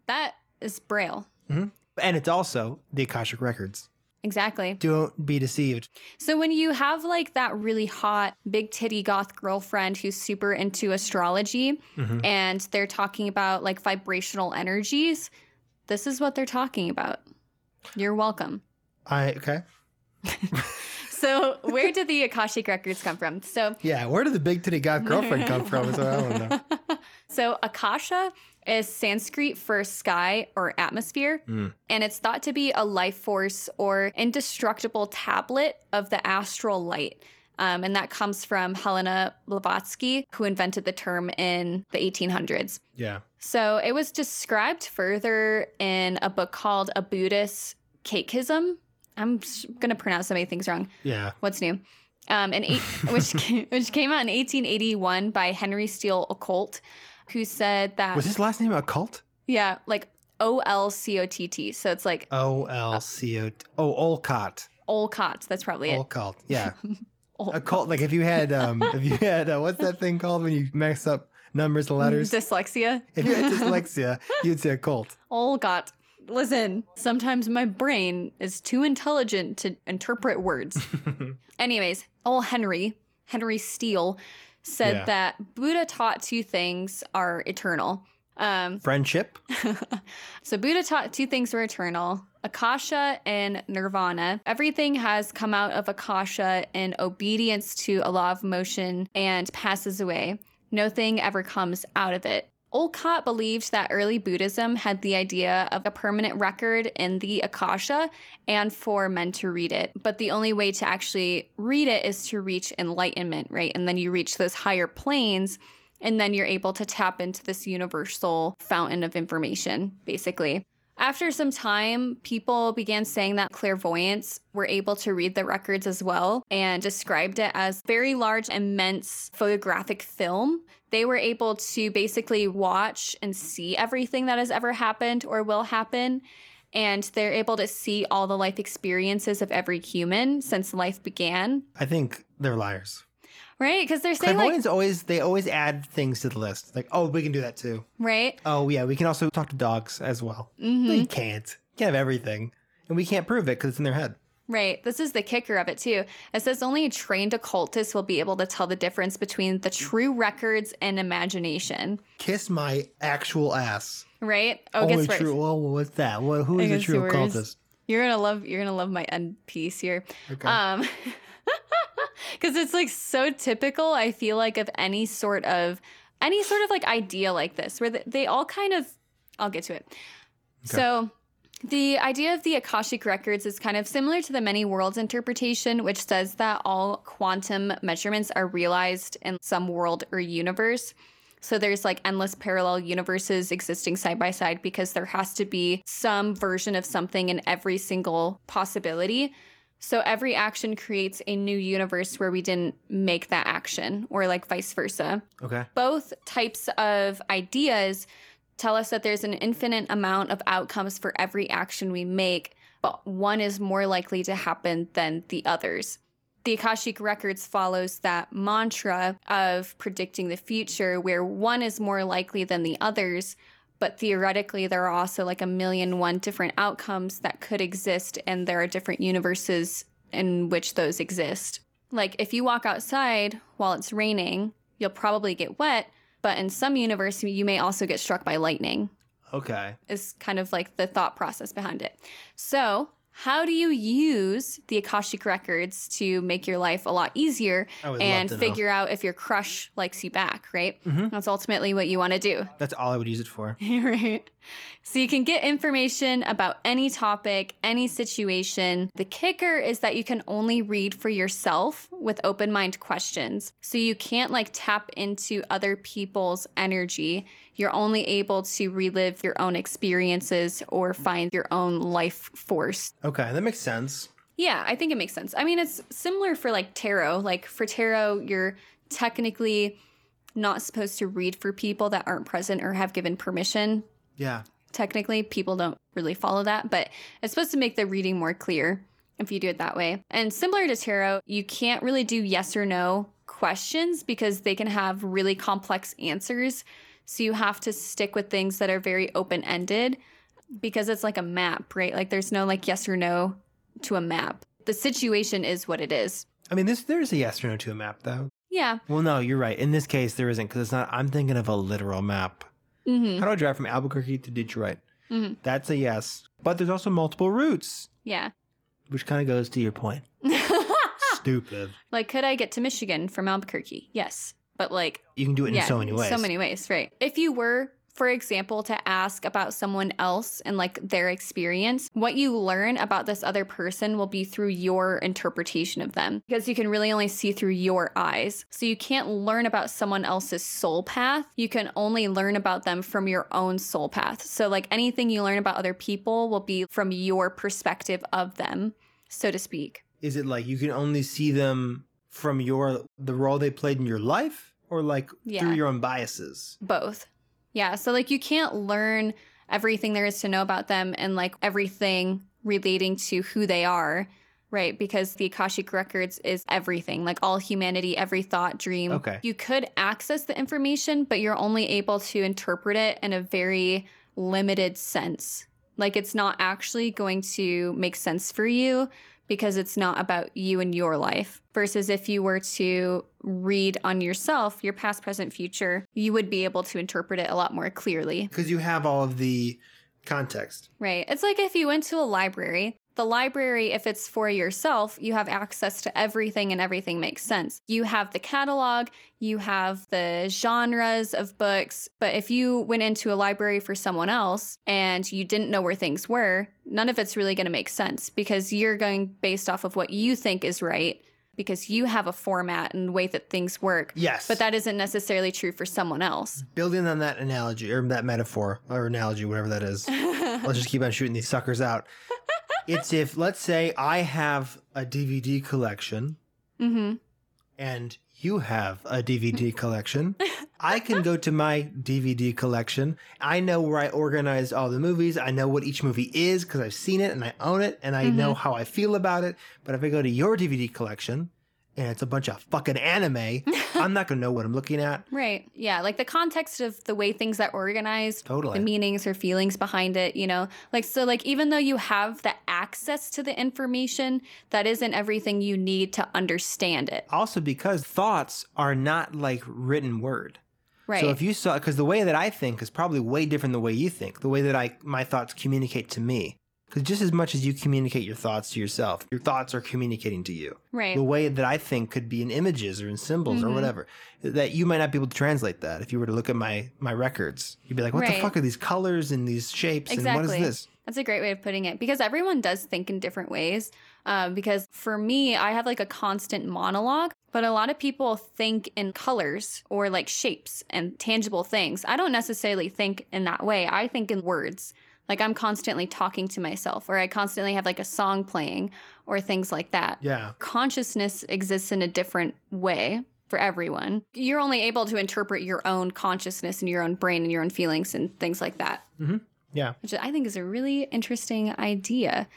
Speaker 2: That is Braille.
Speaker 3: And it's also the Akashic Records.
Speaker 2: Exactly.
Speaker 3: Don't be deceived.
Speaker 2: So when you have like that really hot big titty goth girlfriend who's super into astrology and they're talking about like vibrational energies, this is what they're talking about. You're welcome.
Speaker 3: I okay.
Speaker 2: So where did the Akashic records come from? So
Speaker 3: Yeah, where did the big titty goth girlfriend come from? Is what I don't know.
Speaker 2: so Akasha is Sanskrit for sky or atmosphere, and it's thought to be a life force or indestructible tablet of the astral light. Um, and that comes from Helena Blavatsky, who invented the term in the 1800s.
Speaker 3: Yeah.
Speaker 2: So it was described further in a book called A Buddhist Cakeism. I'm going to pronounce so many things wrong.
Speaker 3: Yeah.
Speaker 2: What's new? Um, and eight, which came, which came out in 1881 by Henry Steele Occult, who said that
Speaker 3: Was his last name a cult?
Speaker 2: yeah, like O L C O T T. So it's like
Speaker 3: O L C O T. Oh, Olcott.
Speaker 2: Olcott. That's probably it.
Speaker 3: Olcott. Yeah.
Speaker 2: Ol-
Speaker 3: A cult. Like if you had, um, if you had, uh, what's that thing called when you mess up numbers and letters?
Speaker 2: Dyslexia.
Speaker 3: If you had dyslexia, you'd say a cult.
Speaker 2: Olcott. Listen, sometimes my brain is too intelligent to interpret words. Anyways, old Henry, Henry Steele, said
Speaker 3: Yeah.
Speaker 2: that Buddha taught two things are eternal. Um,
Speaker 3: Friendship.
Speaker 2: So Buddha taught two things were eternal. Akasha and Nirvana. Everything has come out of Akasha in obedience to a law of motion and passes away. No thing ever comes out of it. Olcott believed that early Buddhism had the idea of a permanent record in the Akasha and for men to read it. But the only way to actually read it is to reach enlightenment, right? And then you reach those higher planes and then you're able to tap into this universal fountain of information, basically. After some time, people began saying that clairvoyants were able to read the records as well and described it as very large, immense photographic film. They were able to basically watch and see everything that has ever happened or will happen. And they're able to see all the life experiences of every human since life began,
Speaker 3: I think they're liars.
Speaker 2: right? Because they're saying, like,
Speaker 3: Clairvoyants always they always add things to the list. Like, oh, we can do that too.
Speaker 2: right?
Speaker 3: Oh yeah, we can also talk to dogs as well.
Speaker 2: Mm-hmm.
Speaker 3: We can't. You can't have everything, and we can't prove it because it's in their head.
Speaker 2: Right. This is the kicker of it, too. It says only a trained occultist will be able to tell the difference between the true records and imagination.
Speaker 3: Kiss my actual ass.
Speaker 2: Right? Oh,
Speaker 3: Only
Speaker 2: guess what?
Speaker 3: true. Well, what's that? What, who is
Speaker 2: I
Speaker 3: the
Speaker 2: guess
Speaker 3: true
Speaker 2: yours.
Speaker 3: occultist?
Speaker 2: You're gonna love. You're gonna love my end piece here.
Speaker 3: Okay.
Speaker 2: Um, because it's like so typical. I feel like of any sort of any sort of like idea like this, where they, they all kind of. I'll get to it. So. The idea of the Akashic records is kind of similar to the many worlds interpretation, which says that all quantum measurements are realized in some world or universe. So there's like endless parallel universes existing side by side because there has to be some version of something in every single possibility. So every action creates a new universe where we didn't make that action, or like vice versa
Speaker 3: okay.
Speaker 2: both types of ideas tell us that there's an infinite amount of outcomes for every action we make, but one is more likely to happen than the others. The Akashic Records follows that mantra of predicting the future, where one is more likely than the others, but theoretically, there are also like a million one different outcomes that could exist, and there are different universes in which those exist. Like, if you walk outside while it's raining, you'll probably get wet, but in some universe, you may also get struck by lightning,
Speaker 3: Okay.
Speaker 2: is kind of like the thought process behind it. So, how do you use the Akashic Records to make your life a lot easier
Speaker 3: I would love
Speaker 2: and
Speaker 3: to know. Mm-hmm.
Speaker 2: figure out if your crush likes you back, right? That's ultimately what you want to do.
Speaker 3: That's all I would use it for.
Speaker 2: right. So you can get information about any topic, any situation. The kicker is that you can only read for yourself with open mind questions. So you can't like tap into other people's energy. You're only able to relive your own experiences or find your own life force.
Speaker 3: Okay, that makes sense.
Speaker 2: Yeah, I think it makes sense. I mean, it's similar for like tarot. Like for tarot, you're technically not supposed to read for people that aren't present or have given permission
Speaker 3: Yeah.
Speaker 2: technically people don't really follow that but it's supposed to make the reading more clear if you do it that way and similar to tarot you can't really do yes or no questions because they can have really complex answers so you have to stick with things that are very open-ended because it's like a map right like there's no like yes or no to a map the situation is what it is
Speaker 3: I mean, this there is a yes or no to a map, though.
Speaker 2: yeah
Speaker 3: Well, no, you're right. In this case, there isn't because it's not. I'm thinking of a literal map.
Speaker 2: mm-hmm
Speaker 3: How do I drive from Albuquerque to Detroit?
Speaker 2: Mhm.
Speaker 3: That's a yes. But there's also multiple routes,
Speaker 2: yeah
Speaker 3: which kind of goes to your point.
Speaker 2: Ah.
Speaker 3: Stupid.
Speaker 2: like could i get to michigan from albuquerque yes but like
Speaker 3: You can do it in so many ways.
Speaker 2: So many ways, right. If you were, for example, to ask about someone else and like their experience, what you learn about this other person will be through your interpretation of them because you can really only see through your eyes. So you can't learn about someone else's soul path. You can only learn about them from your own soul path. So, like anything you learn about other people will be from your perspective of them, so to speak.
Speaker 3: Is it like you can only see them from your the role they played in your life, or like
Speaker 2: Yeah.
Speaker 3: through your own biases?
Speaker 2: Both. Yeah. So, like, you can't learn everything there is to know about them and, like, everything relating to who they are, right? Because the Akashic Records is everything, like, all humanity, every thought, dream.
Speaker 3: Okay.
Speaker 2: You could access the information, but you're only able to interpret it in a very limited sense. Like, it's not actually going to make sense for you because it's not about you and your life. Versus if you were to read on yourself your past, present, future, you would be able to interpret it a lot more clearly,
Speaker 3: Because you have all of the context.
Speaker 2: right? It's like if you went to a library. The library, if it's for yourself, you have access to everything and everything makes sense. You have the catalog, you have the genres of books. But if you went into a library for someone else and you didn't know where things were, none of it's really going to make sense because you're going based off of what you think is right because you have a format and way that things work.
Speaker 3: Yes.
Speaker 2: But that isn't necessarily true for someone else.
Speaker 3: building on that analogy or that metaphor or analogy, whatever that is. let's just keep on shooting these suckers out. It's if let's say I have a DVD collection
Speaker 2: hmm
Speaker 3: and you have a DVD collection. I can go to my DVD collection. I know where I organized all the movies. I know what each movie is because I've seen it and I own it and I know how I feel about it. But if I go to your DVD collection and it's a bunch of fucking anime, I'm not gonna know what I'm looking at.
Speaker 2: Right. Yeah. Like the context of the way things are organized,
Speaker 3: Totally.
Speaker 2: the meanings or feelings behind it, you know? Like, so, like, even though you have the access to the information, that isn't everything you need to understand it.
Speaker 3: also because thoughts are not like written word.
Speaker 2: Right.
Speaker 3: So if you saw, because the way that I think is probably way different than the way you think. The way that I my thoughts communicate to me, because just as much as you communicate your thoughts to yourself, your thoughts are communicating to you.
Speaker 2: right.
Speaker 3: The way that I think could be in images or in symbols or
Speaker 2: Mhm.
Speaker 3: whatever. That you might not be able to translate that. If you were to look at my my records, you'd be like, "What the
Speaker 2: Right.
Speaker 3: fuck are these colors and these shapes and what
Speaker 2: Exactly.
Speaker 3: is this?"
Speaker 2: That's a great way of putting it because everyone does think in different ways. Um, because for me, I have like a constant monologue, but a lot of people think in colors or like shapes and tangible things. I don't necessarily think in that way, I think in words. Like I'm constantly talking to myself, or I constantly have like a song playing, or things like that
Speaker 3: Yeah,
Speaker 2: consciousness exists in a different way for everyone. You're only able to interpret your own consciousness and your own brain and your own feelings and things like that.
Speaker 3: Mhm. Yeah.
Speaker 2: Which I think is a really interesting idea.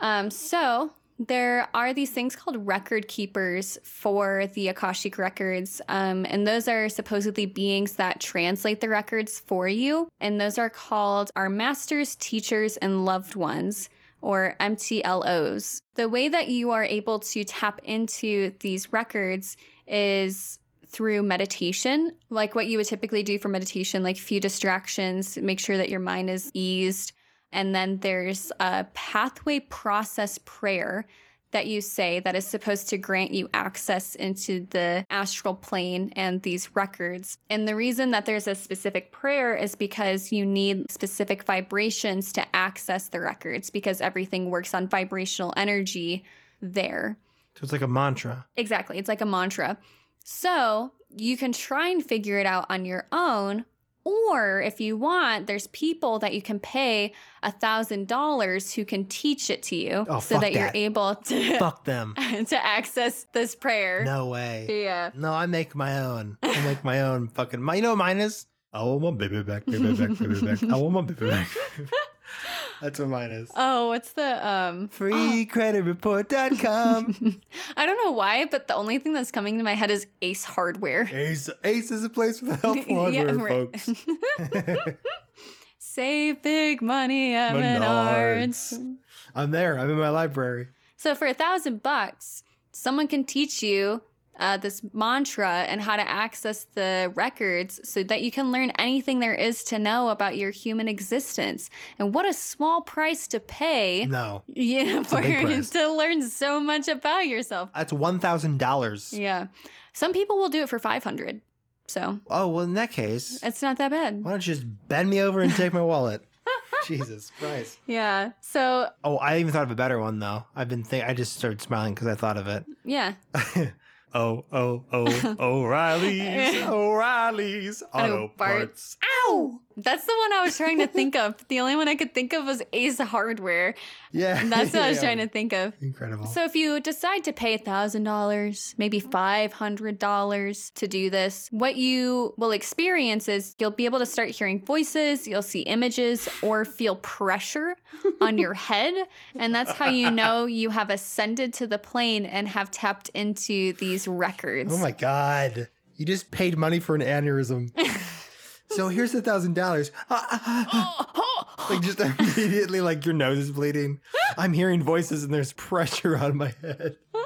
Speaker 2: Um, so there are these things called record keepers for the Akashic records. Um, and those are supposedly beings that translate the records for you. And those are called our masters, teachers, and loved ones or MTLOs. The way that you are able to tap into these records is through meditation, like what you would typically do for meditation, like few distractions, make sure that your mind is eased. And then there's a pathway process prayer that you say that is supposed to grant you access into the astral plane and these records. And the reason that there's a specific prayer is because you need specific vibrations to access the records because everything works on vibrational energy there.
Speaker 3: so it's like a mantra.
Speaker 2: Exactly. It's like a mantra. So you can try and figure it out on your own. Or if you want, there's people that you can pay a thousand dollars who can teach it to you
Speaker 3: Oh,
Speaker 2: so
Speaker 3: fuck
Speaker 2: that, you're
Speaker 3: that.
Speaker 2: able to
Speaker 3: Fuck them.
Speaker 2: to access this prayer.
Speaker 3: No way.
Speaker 2: Yeah.
Speaker 3: No, I make my own. I make my own fucking. My, you know, what mine is. I want my baby back, baby back, baby back. I want my baby back. That's what mine is.
Speaker 2: Oh, what's the um
Speaker 3: FreeCreditReport.com.
Speaker 2: I don't know why, but the only thing that's coming to my head is Ace Hardware.
Speaker 3: Ace, Ace is a place for the helpful
Speaker 2: Yeah,
Speaker 3: hardware,
Speaker 2: right.
Speaker 3: folks.
Speaker 2: Save big money at
Speaker 3: Menards.
Speaker 2: Menards.
Speaker 3: I'm there. I'm in my library.
Speaker 2: So for a thousand bucks, someone can teach you uh, this mantra and how to access the records so that you can learn anything there is to know about your human existence. And what a small price to pay.
Speaker 3: No,
Speaker 2: Yeah,
Speaker 3: a
Speaker 2: for
Speaker 3: big
Speaker 2: you
Speaker 3: price.
Speaker 2: to learn so much about yourself.
Speaker 3: that's one thousand dollars.
Speaker 2: Yeah. Some people will do it for 500. So
Speaker 3: Oh well, in that case,
Speaker 2: it's not that bad.
Speaker 3: why don't you just bend me over and take my wallet? Jesus Christ.
Speaker 2: Yeah. So,
Speaker 3: Oh, I even thought of a better one though. I've been think. I just started smiling because I thought of it.
Speaker 2: yeah.
Speaker 4: Oh, oh, oh, O'Reilly's, O'Reilly's
Speaker 2: Auto
Speaker 4: Auto
Speaker 2: Parts.
Speaker 4: Parts.
Speaker 2: Ow! That's the one I was trying to think of. The only one I could think of was Ace Hardware.
Speaker 3: Yeah,
Speaker 2: And that's what I was trying to think of.
Speaker 3: Incredible.
Speaker 2: So if you decide to pay $1,000, maybe $500 to do this, what you will experience is you'll be able to start hearing voices, you'll see images, or feel pressure on your head. And that's how you know you have ascended to the plane and have tapped into these records.
Speaker 3: Oh my god. You just paid money for an aneurysm. so here's a thousand dollars. Ah, Like just immediately like your nose is bleeding. I'm hearing voices and there's pressure on my head.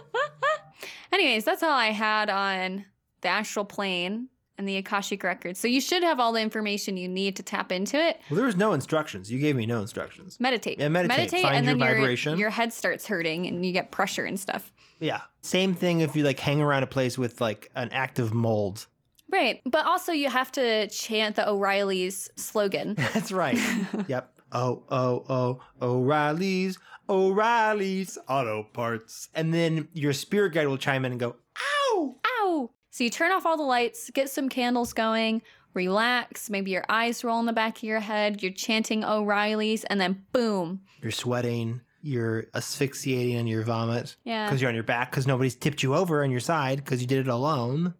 Speaker 2: Anyways, that's all I had on the astral plane and the Akashic records. So you should have all the information you need to tap into it.
Speaker 3: Well there was no instructions. You gave me no instructions.
Speaker 2: Meditate.
Speaker 3: Yeah, meditate. Find
Speaker 2: and
Speaker 3: your
Speaker 2: then
Speaker 3: vibration.
Speaker 2: Your head starts hurting and you get pressure and stuff.
Speaker 3: Yeah. Same thing if you like hang around a place with like an active mold.
Speaker 2: Right. But also you have to chant the O'Reilly's slogan.
Speaker 3: That's right. yep. Oh oh oh O'Reilly's O'Reilly's Auto Parts. And then your spirit guide will chime in and go, Ow!
Speaker 2: Ow. So you turn off all the lights, get some candles going, relax, maybe your eyes roll in the back of your head, you're chanting O'Reilly's and then boom.
Speaker 3: You're sweating. You're asphyxiating on your vomit
Speaker 2: Yeah.
Speaker 3: because you're on your back because nobody's tipped you over on your side because you did it alone.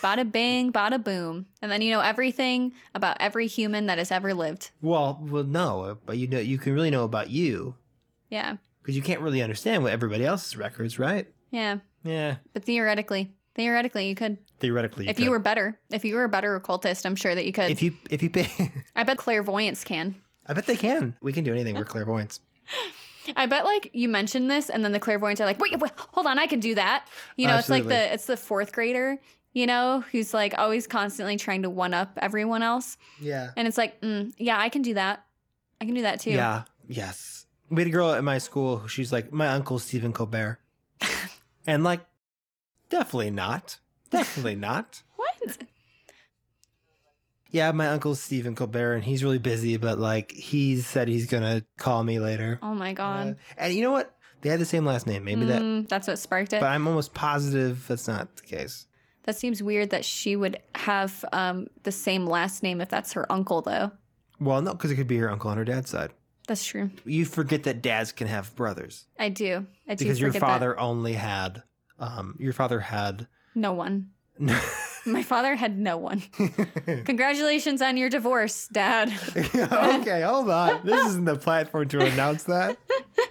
Speaker 2: Bada bing, bada boom. And then you know everything about every human that has ever lived.
Speaker 3: Well, well, no, but you know you can really know about you
Speaker 2: Yeah.
Speaker 3: because you can't really understand what everybody else's records, right?
Speaker 2: Yeah.
Speaker 3: Yeah,
Speaker 2: But theoretically, theoretically, you could.
Speaker 3: theoretically,
Speaker 2: if you
Speaker 3: could.
Speaker 2: were better, if you were a better occultist, I'm sure that you could.
Speaker 3: if you if you pay,
Speaker 2: I bet clairvoyance can.
Speaker 3: I bet they can. We can do anything. We're clairvoyants.
Speaker 2: I bet like you mentioned this, and then the clairvoyants are like, wait, wait hold on, I can do that. You know, it's like
Speaker 3: Absolutely.
Speaker 2: the it's the fourth grader, you know, who's like always constantly trying to one up everyone else,
Speaker 3: Yeah.
Speaker 2: and it's like, mm, yeah, I can do that. I can do that too.
Speaker 3: Yeah. Yes. We had a girl at my school who she's like, my uncle's Stephen Colbert. and like, definitely not. Definitely not.
Speaker 2: What?
Speaker 3: Yeah, my uncle's Stephen Colbert and he's really busy, but like, he said he's going to call me later.
Speaker 2: Oh my god.
Speaker 3: Uh, and you know what? They had the same last name. Maybe that,
Speaker 2: Mm, that's what sparked it.
Speaker 3: but I'm almost positive that's not the case.
Speaker 2: that seems weird that she would have um, the same last name if that's her uncle, though.
Speaker 3: Well, no, because it could be her uncle on her dad's side.
Speaker 2: That's true.
Speaker 3: You forget that dads can have brothers
Speaker 2: I do. I do
Speaker 3: because your
Speaker 2: forget that.
Speaker 3: father only had, um, your father had.
Speaker 2: No one. My father had no one. Congratulations on your divorce, Dad.
Speaker 3: okay, hold on. This isn't the platform to announce that.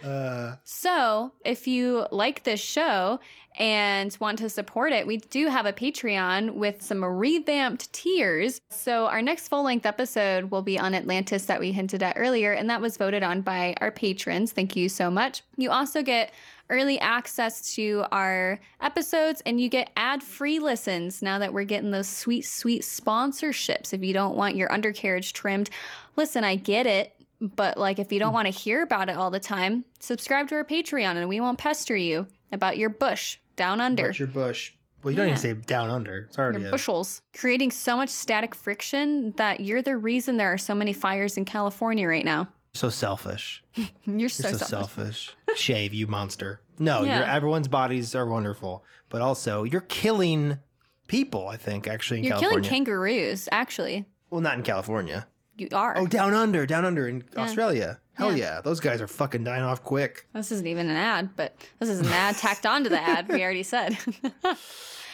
Speaker 3: Uh,
Speaker 2: So, if you like this show and want to support it, we do have a Patreon with some revamped tiers. So, our next full length episode will be on Atlantis that we hinted at earlier, and that was voted on by our patrons. Thank you so much. You also get early access to our episodes and you get ad free listens now that we're getting those sweet, sweet sponsorships. If you don't want your undercarriage trimmed, listen, I get it but like if you
Speaker 3: Hmm.
Speaker 2: don't want to hear about it all the time subscribe to our patreon and we won't pester you about your bush down under
Speaker 3: what's your bush? Well, you don't
Speaker 2: Yeah.
Speaker 3: even say down under. It's already
Speaker 2: your
Speaker 3: a-
Speaker 2: bushels creating so much static friction that you're the reason there are so many fires in california right now
Speaker 3: so selfish.
Speaker 2: you're so,
Speaker 3: You're
Speaker 2: selfish.
Speaker 3: so, selfish. Shave, you monster. No,
Speaker 2: Yeah.
Speaker 3: your everyone's bodies are wonderful, but also you're killing people. I think actually in
Speaker 2: you're
Speaker 3: California.
Speaker 2: killing kangaroos actually
Speaker 3: well, not in California.
Speaker 2: you are
Speaker 3: Oh, down under, down under in Australia. Hell
Speaker 2: Yeah.
Speaker 3: yeah, those guys are fucking dying off quick.
Speaker 2: this isn't even an ad but this is an ad tacked onto the ad we already said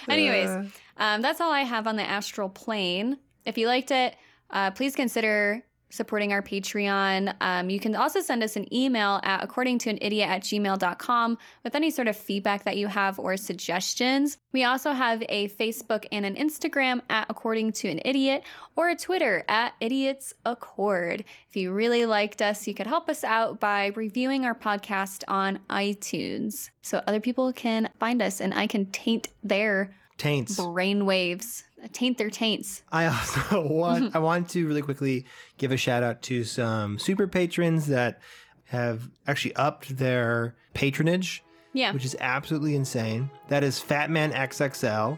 Speaker 2: anyways
Speaker 3: Uh,
Speaker 2: Um, that's all I have on the astral plane. If you liked it, uh, please consider supporting our Patreon. Um, you can also send us an email at according to an idiot at gmail.com with any sort of feedback that you have or suggestions. We also have a Facebook and an Instagram at according to an idiot or a Twitter at idiots accord. If you really liked us, you could help us out by reviewing our podcast on iTunes so other people can find us and I can taint their
Speaker 3: taints.
Speaker 2: brain waves taint their taints
Speaker 3: I also want I want to really quickly give a shout out to some super patrons that have actually upped their patronage,
Speaker 2: yeah
Speaker 3: which is absolutely insane. That is Fat Man XXL,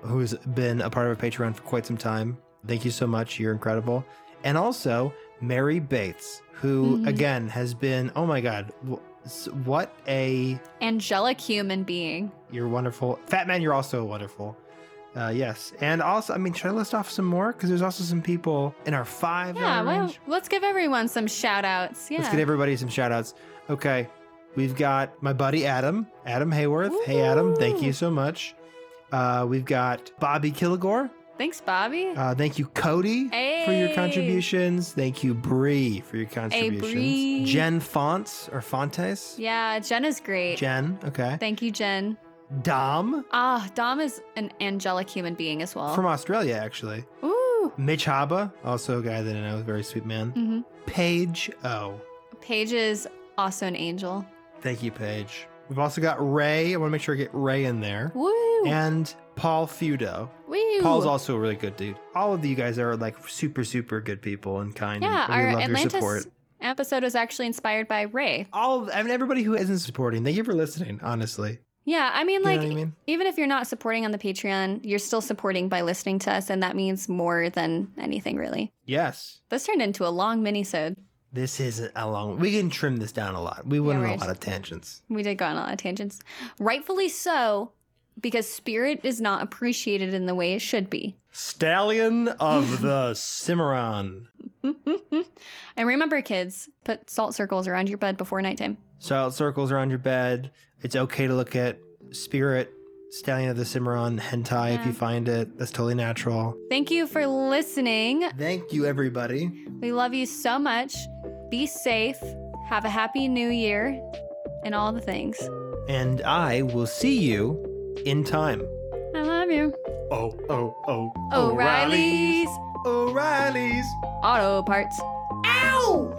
Speaker 3: who's been a part of our Patreon for quite some time. Thank you so much. You're incredible. And also Mary Bates, who
Speaker 2: Mhm.
Speaker 3: again has been oh my god, wh- s- what a
Speaker 2: angelic human being
Speaker 3: you're wonderful. Fat Man, you're also wonderful. Uh, yes. And also, I mean, should I list off some more? Because there's also some people in our five
Speaker 2: yeah
Speaker 3: dollar
Speaker 2: well
Speaker 3: range.
Speaker 2: let's give everyone some shout outs yeah
Speaker 3: Let's get everybody some shout outs. Okay. We've got my buddy Adam, Adam Hayworth. Hey, Adam, thank
Speaker 2: Ooh.
Speaker 3: you so much. Uh, we've got Bobby Kilgore.
Speaker 2: thanks bobby
Speaker 3: Uh, thank you, Cody, for your
Speaker 2: Hey.
Speaker 3: contributions. Thank you, Bree, for your contributions.
Speaker 2: Bree.
Speaker 3: Jen Fonts or Fontes?
Speaker 2: yeah jen is great
Speaker 3: Jen, okay.
Speaker 2: thank you jen
Speaker 3: Dom
Speaker 2: ah dom is an angelic human being as well
Speaker 3: from Australia, actually.
Speaker 2: ooh
Speaker 3: Mitch Haba, also a guy that I know, a very sweet man.
Speaker 2: mm-hmm.
Speaker 3: Paige O.
Speaker 2: paige is also an angel
Speaker 3: Thank you, Paige. We've also got Ray. I want to make sure I get Ray in there.
Speaker 2: woo
Speaker 3: And Paul Feudo.
Speaker 2: woo
Speaker 3: Paul's also a really good dude. All of you guys are like super, super good people and kind.
Speaker 2: yeah
Speaker 3: and we
Speaker 2: our
Speaker 3: love your support.
Speaker 2: atlantis episode was actually inspired by ray
Speaker 3: All of, I mean, everybody who isn't supporting, thank you for listening, honestly.
Speaker 2: yeah i mean
Speaker 3: You know
Speaker 2: like
Speaker 3: what I mean?
Speaker 2: even if you're not supporting on the Patreon, you're still supporting by listening to us, and that means more than anything really.
Speaker 3: Yes.
Speaker 2: This turned into a long mini-sode.
Speaker 3: This isn't a long We can trim this down a lot. We went on
Speaker 2: right.
Speaker 3: a lot of tangents.
Speaker 2: We did go on a lot of tangents. Rightfully so, because spirit is not appreciated in the way it should be.
Speaker 3: Stallion of the Cimarron.
Speaker 2: and remember, kids, put salt circles around your bed before nighttime.
Speaker 3: Solid circles around your bed. It's okay to look at Spirit, Stallion of the Cimarron, hentai if
Speaker 2: Yeah.
Speaker 3: you find it. That's totally natural.
Speaker 2: Thank you for listening.
Speaker 3: Thank you, everybody.
Speaker 2: We love you so much. Be safe. Have a happy new year and all the things.
Speaker 3: And I will see you in time.
Speaker 2: I love you.
Speaker 3: Oh, oh, oh.
Speaker 2: O'Reilly's
Speaker 3: O'Reilly's.
Speaker 2: Auto Parts.
Speaker 5: Ow!